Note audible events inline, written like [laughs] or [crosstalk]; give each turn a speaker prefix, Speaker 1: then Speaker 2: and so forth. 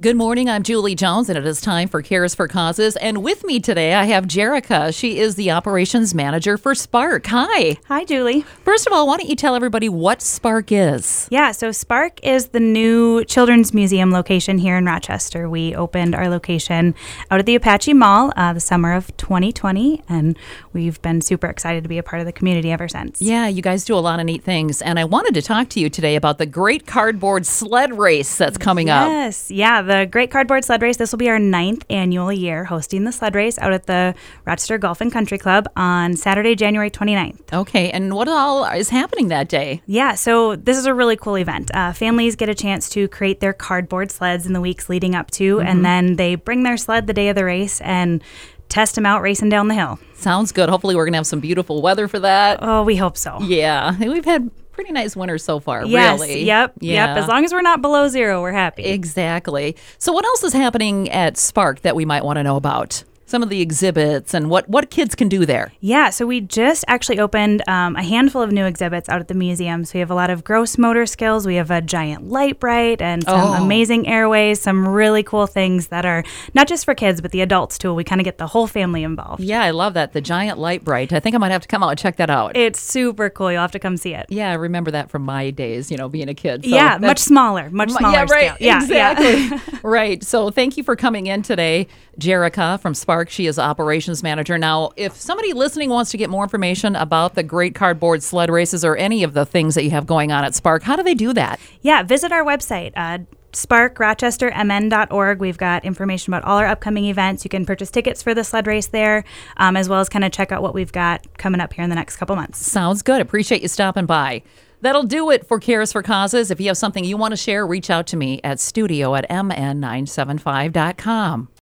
Speaker 1: Good morning. I'm Julie Jones, and it is time for Cares for Causes. And with me today, I have Jerica. She is the operations manager for Spark. Hi.
Speaker 2: Hi, Julie.
Speaker 1: First of all, why don't you tell everybody what Spark is?
Speaker 2: Yeah, so Spark is the new children's museum location here in Rochester. We opened our location out at the Apache Mall uh, the summer of 2020, and we've been super excited to be a part of the community ever since.
Speaker 1: Yeah, you guys do a lot of neat things. And I wanted to talk to you today about the great cardboard sled race that's coming up.
Speaker 2: Yes, yeah, the Great Cardboard Sled Race. This will be our ninth annual year hosting the sled race out at the Rochester Golf and Country Club on Saturday, January 29th.
Speaker 1: Okay, and what all is happening that day?
Speaker 2: Yeah, so this is a really cool event. Uh, families get a chance to create their cardboard sleds in the weeks leading up to,
Speaker 1: Mm-hmm.
Speaker 2: and then they bring their sled the day of the race and test them out racing down the hill.
Speaker 1: Sounds good. Hopefully, we're going to have some beautiful weather for that.
Speaker 2: Oh, we hope so.
Speaker 1: Yeah, and we've had pretty nice winters so far,
Speaker 2: Yes.
Speaker 1: really.
Speaker 2: Yep.
Speaker 1: Yeah.
Speaker 2: Yep. As long as we're not below zero, we're happy.
Speaker 1: Exactly. So, what else is happening at Spark that we might want to know about? Some of the exhibits and what, what kids can do there.
Speaker 2: Yeah, so we just actually opened um, a handful of new exhibits out at the museum. So we have a lot of gross motor skills. We have a giant light bright and some
Speaker 1: Oh.
Speaker 2: amazing airways, some really cool things that are not just for kids, but the adults too. We kind of get the whole family involved.
Speaker 1: Yeah, I love that. The giant light bright. I think I might have to come out and check that out.
Speaker 2: It's super cool. You'll have to come see it.
Speaker 1: yeah, I remember that from my days, you know, being a kid. So
Speaker 2: yeah,
Speaker 1: that's-
Speaker 2: much smaller, much smaller.
Speaker 1: yeah, right.
Speaker 2: scale. Yeah, yeah.
Speaker 1: exactly. [laughs] right. So thank you for coming in today, Jerica from Spark. She is operations manager. Now, if somebody listening wants to get more information about the great cardboard sled races or any of the things that you have going on at Spark, how do they do that?
Speaker 2: [laughs] Yeah, visit our website, uh, sparkrochestermn.org. We've got information about all our upcoming events. You can purchase tickets for the sled race there, um, as well as kind of check out what we've got coming up here in the next couple months.
Speaker 1: Sounds good. Appreciate you stopping by. That'll do it for Cares for Causes. If you have something you want to share, reach out to me at studio at mn975.com.